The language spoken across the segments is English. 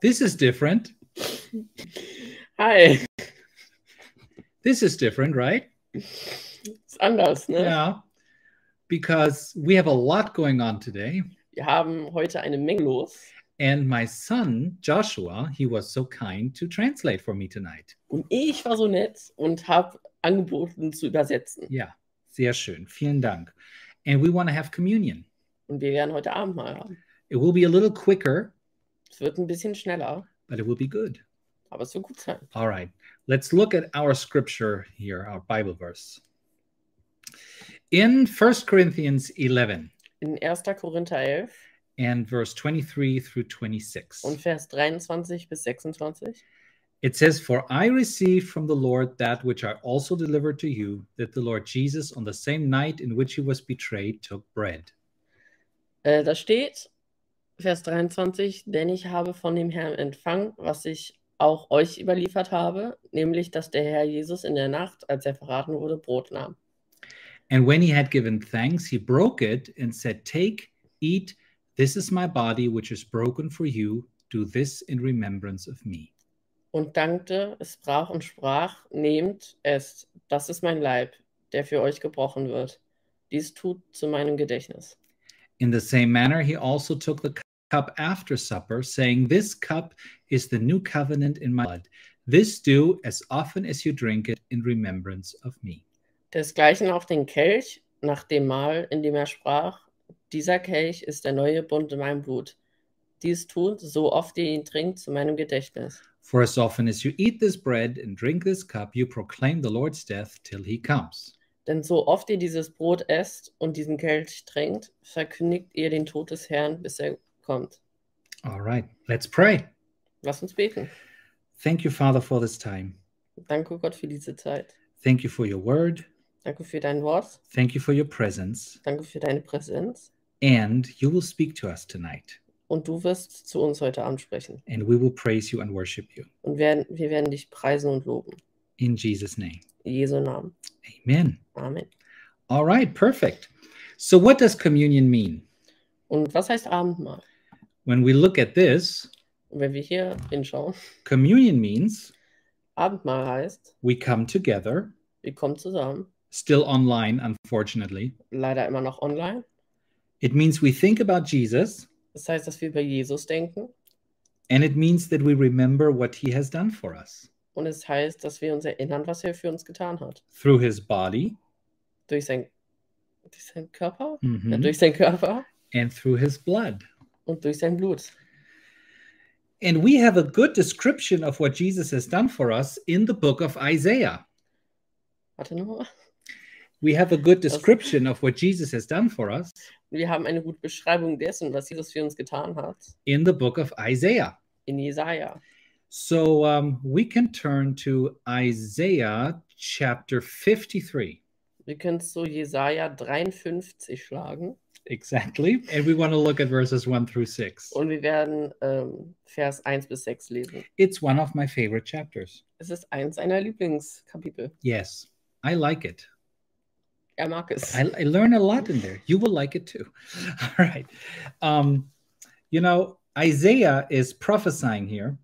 This is different. Hi. This is different, right? Ist anders, ne? Yeah. Because we have a lot going on today. Wir haben heute eine Menge los. And my son, Joshua, he was so kind to translate for me tonight. Und ich war so nett und habe angeboten zu übersetzen. Yeah. Sehr schön. Vielen Dank. And we want to have communion. Und wir werden heute Abend mal haben. It will be a little quicker, Es wird ein bisschen schneller, but it will be good. aber es wird gut sein. All right. Let's look at our scripture here, our Bible verse. In 1 Corinthians 11 In 1. Korinther 11 and verse 23 through 26. und Vers 23 bis 26. It says, For I received from the Lord that which I also delivered to you, that the Lord Jesus, on the same night in which he was betrayed, took bread. Äh, da steht, Vers 23, denn ich habe von dem Herrn empfangen, was ich auch euch überliefert habe, nämlich, dass der Herr Jesus in der Nacht, als er verraten wurde, Brot nahm. And when he had given thanks, he broke it and said, Take, eat, this is my body, which is broken for you. Do this in remembrance of me. und dankte, es brach und sprach, nehmt es, das ist mein Leib, der für euch gebrochen wird. Dies tut zu meinem Gedächtnis. In the same manner, he also took the cup after supper, saying, This cup is the new covenant in my blood. This do as often as you drink it in remembrance of me. Desgleichen auch den Kelch nach dem Mahl, in dem er sprach, dieser Kelch ist der neue Bund in meinem Blut. Dies tut, so oft ihr ihn trinkt, zu meinem Gedächtnis. For as often as you eat this bread and drink this cup, you proclaim the Lord's death till he comes. Denn so oft ihr dieses Brot esst und diesen Kelch trinkt, verkündigt ihr den Tod des Herrn, bis er kommt. All right, let's pray. Lass uns beten. Thank you, Father, for this time. Danke Gott für diese Zeit. Thank you for your word. Danke für dein Wort. Thank you for your presence. Danke für deine Präsenz. And you will speak to us tonight, Und du wirst zu uns heute Abend sprechen. and we will praise you and worship you. Und werden, wir werden dich preisen und loben. In Jesus' name, In Jesu Namen. amen. Amen. All right, perfect. So, what does communion mean? Und was heißt Abendmahl? When we look at this, Und wenn wir hier hinschauen, communion means Abendmahl heißt, we come together, wir kommen zusammen, still online, unfortunately. leider immer noch online. It means we think about Jesus. Das heißt, dass wir über Jesus denken. And it means that we remember what he has done for us Und es heißt, dass wir uns erinnern, was er für uns getan hat. through his body Durch, sein, durch seinen Körper? mhm, Ja, durch seinen Körper and through his blood. und durch sein Blut. And we have a good description of what Jesus has done for us in the book of Isaiah. Warte nochmal. We have a good description of what Jesus has done for us Wir haben eine gute Beschreibung dessen, was Jesus für uns getan hat, in the book of Isaiah. in Jesaja. So um, we can turn to Isaiah chapter 53. Wir können es so Jesaja 53 schlagen Exactly. And we want to look at verses one through six. und wir werden ähm, Vers 1 bis 6 lesen. It's one of my favorite chapters. Es ist eins seiner Lieblingskapitel. Yes, I like it. Er mag es. I, I learn a lot in there. You will like it too. All right. Um, you know, Isaiah is prophesying here.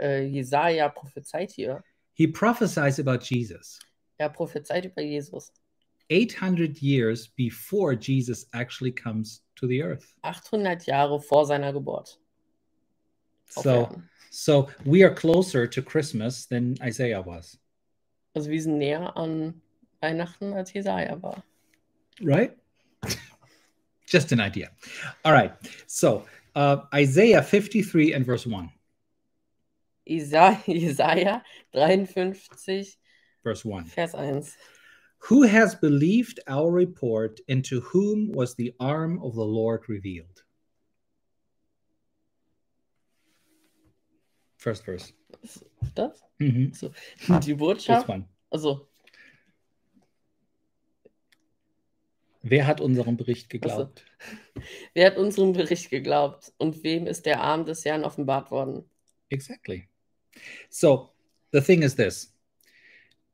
Äh, Jesaja prophezeit hier. He prophesies about Jesus Er prophezeit über Jesus. 800 years before Jesus actually comes to the earth. 800 Jahre vor seiner Geburt. auf So, Erden. so we are closer to Christmas than Isaiah was, Also wir sind näher an Weihnachten, als Jesaja war. right? Just an idea. All right. So, uh, Isaiah 53 and verse 1. Isa- Jesaja 53, Verse 1. Vers 1. Who has believed our report, and to whom was the arm of the Lord revealed? First verse. Das? Mhm. Die This Botschaft? one. Also, Wer hat unserem Bericht geglaubt? wer hat unserem Bericht geglaubt und wem ist der Arm des Herrn offenbart worden? Exactly. So the thing is this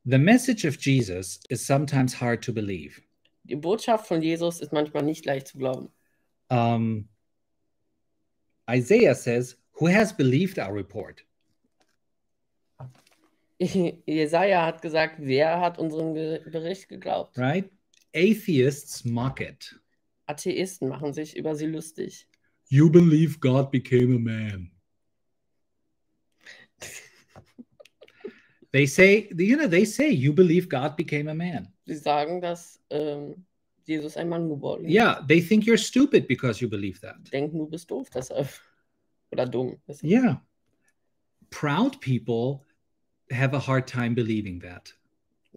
the message of Jesus is sometimes hard to believe. Die Botschaft von Jesus ist manchmal nicht leicht zu glauben. Um, Isaiah says, Who has believed our report? Jesaja hat gesagt, wer hat unserem Ge Bericht geglaubt? Right? Atheists mock it. Atheisten machen sich über sie lustig. You believe God became a man. they say, you know, they say you believe God became a man. Sie sagen, dass ähm, Jesus ein Mann geworden ist. Yeah, they think you're stupid because you believe that. Denken, du bist doof deshalb. Oder dumm. deshalb. Yeah. Proud people have a hard time believing that.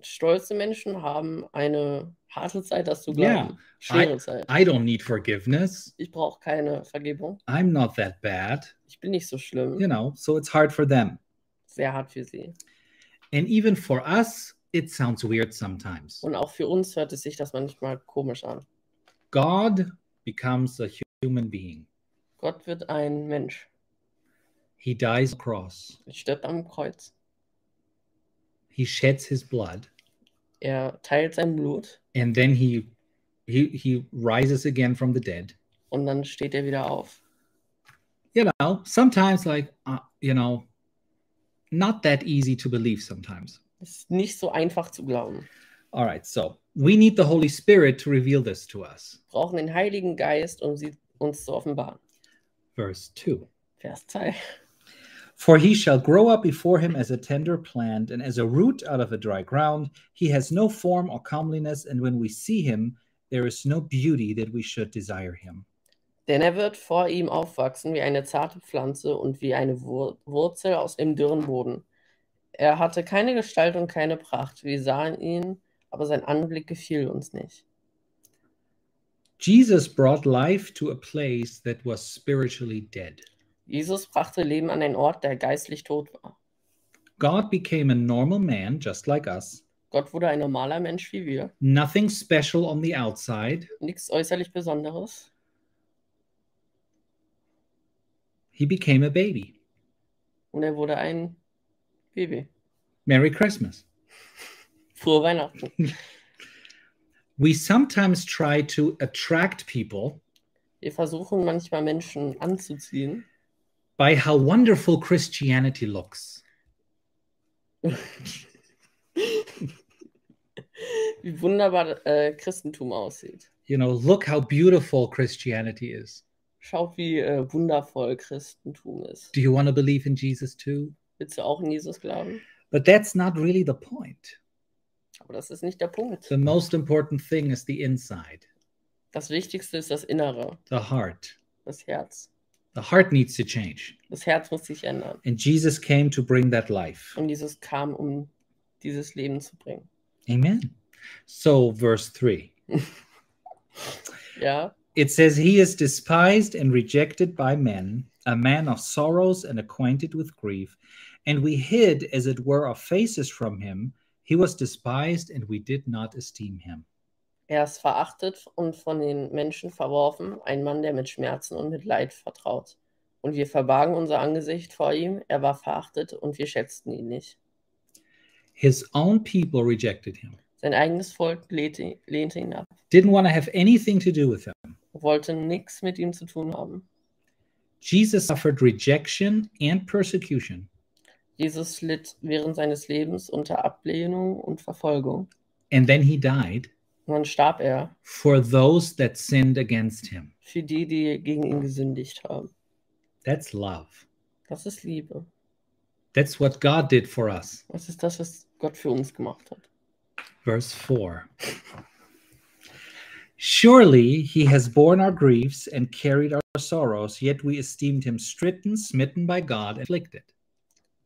Stolze Menschen haben eine harte Zeit, das zu Ja, glauben. Schwere Zeit. I don't need forgiveness. Ich brauche keine Vergebung. I'm not that bad, Ich bin nicht so schlimm. you know, so it's hard for them. Sehr hart für sie. And even for us, it sounds weird sometimes. Und auch für uns hört es sich das manchmal komisch an. God becomes a hu- human being. Gott wird ein Mensch. He dies on the cross. Er stirbt am Kreuz. He sheds his blood Er teilt sein Blut and then he he he rises again from the dead. und dann steht er wieder auf. You know, sometimes like uh, you know, not that easy to believe sometimes. Ist nicht so einfach zu glauben. All right, so we need the Holy Spirit to reveal this to us. Wir brauchen den Heiligen Geist, um sie uns zu offenbaren. Verse 2. Vers 2. For he shall grow up before him as a tender plant, and as a root out of a dry ground. He has no form or comeliness, and when we see him, there is no beauty that we should desire him. Denn er wird vor ihm aufwachsen wie eine zarte Pflanze und wie eine Wur Wurzel aus dem dürren Boden. Er hatte keine Gestalt und keine Pracht. Wir sahen ihn, aber sein Anblick gefiel uns nicht. Jesus brought life to a place that was spiritually dead. Jesus brachte Leben an einen Ort, der geistlich tot war. God became a normal man, just like us, Gott wurde ein normaler Mensch wie wir. nothing special on the outside. Nichts äußerlich Besonderes. He became a baby. Und er wurde ein Baby. Merry Christmas. Frohe Weihnachten. We sometimes try to attract people Wir versuchen manchmal Menschen anzuziehen by how wonderful Christianity looks. wie wunderbar äh, Christentum aussieht. you know, look how beautiful Christianity is. Schaut, wie äh, wundervoll Christentum ist. Do you want to believe in Jesus too? Willst du auch in Jesus glauben? But that's not really the point. Aber das ist nicht der Punkt. The most important thing is the inside, Das Wichtigste ist das Innere, the heart. das Herz. The heart needs to change. Das Herz muss sich ändern. And Jesus came to bring that life. Und Jesus kam, um dieses Leben zu bringen. Amen. So, verse 3 Ja, it says, He is despised and rejected by men, a man of sorrows and acquainted with grief. And we hid, as it were, our faces from him. He was despised, and we did not esteem him. er ist verachtet und von den Menschen verworfen, ein Mann, der mit Schmerzen und mit Leid vertraut. Und wir verbargen unser Angesicht vor ihm, er war verachtet und wir schätzten ihn nicht. His own people rejected him, Sein eigenes Volk lehnte, lehnte ihn ab, didn't want to have anything to do with him. wollte nichts mit ihm zu tun haben. Jesus suffered rejection and persecution, Jesus litt während seines Lebens unter Ablehnung und Verfolgung. and then he died Und dann starb er for those that sinned against him. für die, die gegen ihn gesündigt haben. That's love. Das ist Liebe. That's what God did for us. Das ist das, was Gott für uns gemacht hat. Verse 4. Surely he has borne our griefs and carried our sorrows, yet we esteemed him stricken, smitten by God, and afflicted.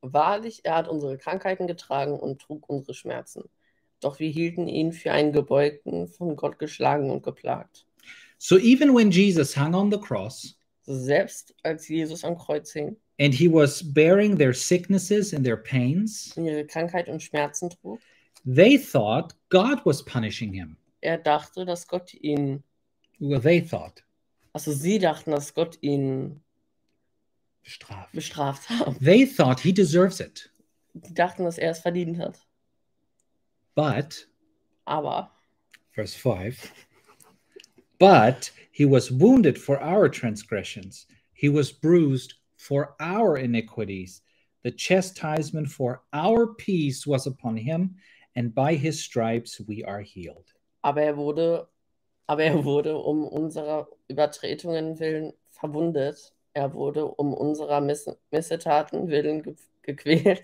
Wahrlich, er hat unsere Krankheiten getragen und trug unsere Schmerzen. Doch wir hielten ihn für einen Gebeugten, von Gott geschlagen und geplagt. So even when Jesus hung on the cross, Selbst als Jesus am Kreuz hing and he was bearing their sicknesses and their pains, und ihre Krankheit und Schmerzen trug, they thought God was punishing him. er dachte, dass Gott ihn, Well, they thought. also sie dachten, dass Gott ihn bestraft hat. They thought he deserves it. Die dachten, dass er es verdient hat. But, Aber verse 5, but he was wounded for our transgressions, he was bruised for our iniquities. The chastisement for our peace was upon him, and by his stripes we are healed. Aber er wurde, aber er wurde um unserer Übertretungen willen verwundet. Er wurde um unserer Miss Missetaten willen ge gequält.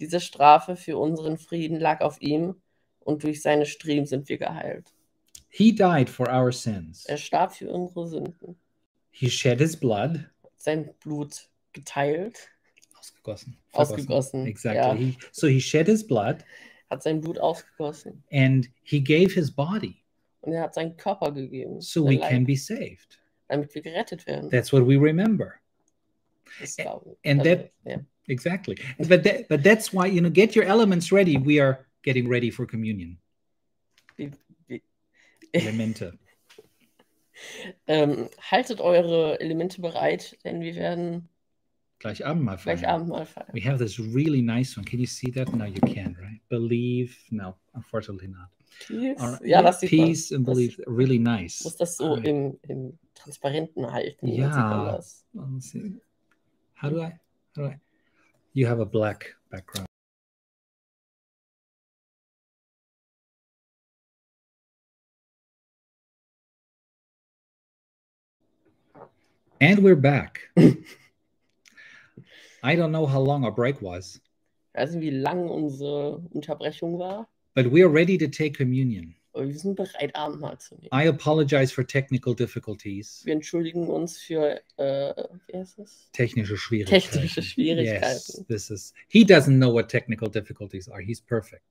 Diese Strafe für unseren Frieden lag auf ihm und durch seine Striemen sind wir geheilt. He died for our sins. Er starb für unsere Sünden. He shed his blood. Sein Blut geteilt, Ausgegossen. Ausgegossen, Exactly. yeah. He, so he shed his blood hat sein Blut ausgegossen and he gave his body und er hat seinen Körper gegeben, so sein we Leib, can be saved. damit wir gerettet werden. That's what we remember. Das glaube ich. Äh, and also, that- ja. Exactly. But that, but that's why you know get your elements ready. We are getting ready for communion. Wie- wie- Elemente. ähm, haltet eure Elemente bereit, denn wir werden Gleich Abendmahl gleich feiern. Abend mal feiern. We have this really nice one. Can you see that? No, you can, right? Believe. No, unfortunately not. Peace. All right. Ja, das sieht man. Peace and believe. Really nice. Muss das so Alright. im, im Transparenten halten. dann Ja. sieht man das. Well, let's see. How do I? How do I? You have a black background. And we're back. I don't know how long our break was, Ich weiß nicht, wie lang unsere Unterbrechung war, but we are ready to take communion. aber wir sind bereit, Abendmahl zu nehmen. I apologize for technical difficulties. Wir entschuldigen uns für, äh, wie heißt es? Technische Schwierigkeiten. Technische Schwierigkeiten. Yes, this is. He doesn't know what technical difficulties are. He's perfect.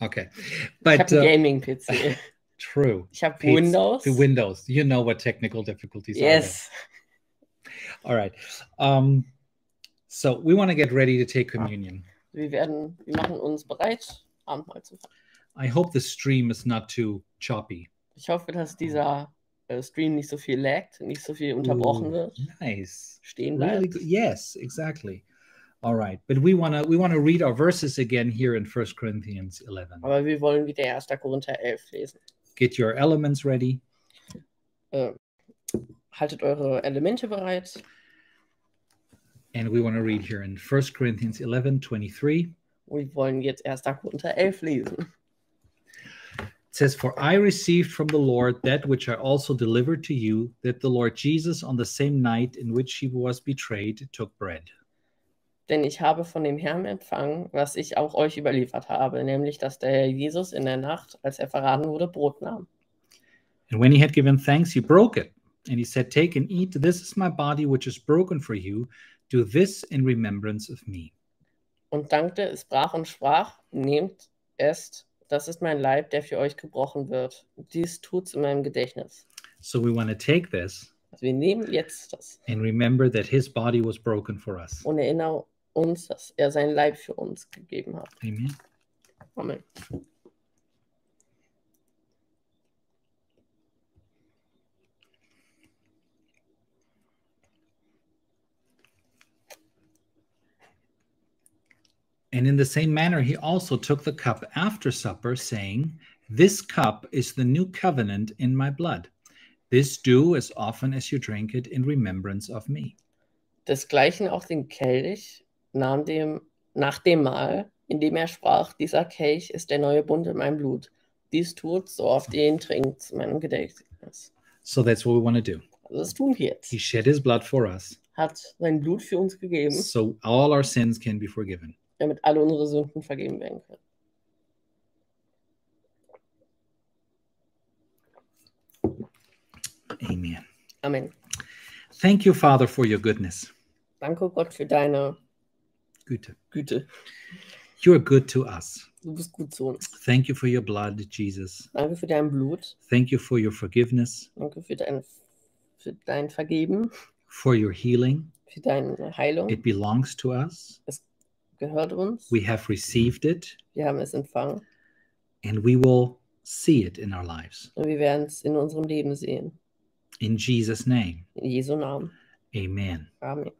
Okay, Ich but habe uh, Gaming-PC. true. Ich habe It's Windows. The Windows. You know what technical difficulties yes. are. Yes. All right. Um, so we want to get ready to take communion. Wir werden, wir machen uns bereit, Abendmahl zu feiern. I hope the stream is not too choppy. Ich hoffe, dass dieser äh, Stream nicht so viel laggt, nicht so viel unterbrochen Ooh, wird, Nice. stehen bleibt. Really good. Yes, exactly. All right, but we wanna we wanna read our verses again here in First Corinthians 11. Aber wir wollen wieder 1. Korinther 11 lesen. Get your elements ready. Äh, haltet eure Elemente bereit. And we want to read here in 1 Corinthians 11 23. It Wir wollen jetzt 1. Korinther 11 lesen. says, For I received from the Lord that which I also delivered to you, that the Lord Jesus, on the same night in which he was betrayed, took bread. Denn ich habe von dem Herrn empfangen, was ich auch euch überliefert habe, nämlich, dass der Herr Jesus in der Nacht, als er verraten wurde, Brot nahm. And when he had given thanks, he broke it. And he said, Take and eat. This is my body, which is broken for you. Do this in remembrance of me. Und dankte, es brach und sprach, nehmt, esst, das ist mein Leib, der für euch gebrochen wird. Dies tut's in meinem Gedächtnis. So we want to take this Also wir nehmen jetzt das and remember that his body was broken for us. und erinnern uns, dass er sein Leib für uns gegeben hat. Amen. Amen. And in the same manner, he also took the cup after supper, saying, This cup is the new covenant in my blood. This do as often as you drink it in remembrance of me. Desgleichen auch den Kelch nahm dem, nach dem Mahl, indem er sprach, dieser Kelch ist der neue Bund in meinem Blut. Dies tut, so oft ihr ihn trinkt, zu meinem Gedächtnis. So that's what we want to do. Also das tun wir jetzt. He shed his blood for us, Hat sein Blut für uns gegeben, so all our sins can be forgiven. damit alle unsere Sünden vergeben werden können. Amen. Amen. Thank you, Father, for your goodness. Danke Gott für deine Güte. Güte. You are good to us. Du bist gut zu uns. Thank you for your blood, Jesus. Danke für dein Blut. Thank you for your forgiveness, Danke für dein, für dein Vergeben, for your healing. für deine Heilung. It belongs to us. Gehört uns. We have received it. Wir haben es empfangen. and we will see it in our lives. Und wir werden es in unserem Leben sehen. In Jesus' name, In Jesu Namen. amen. Amen.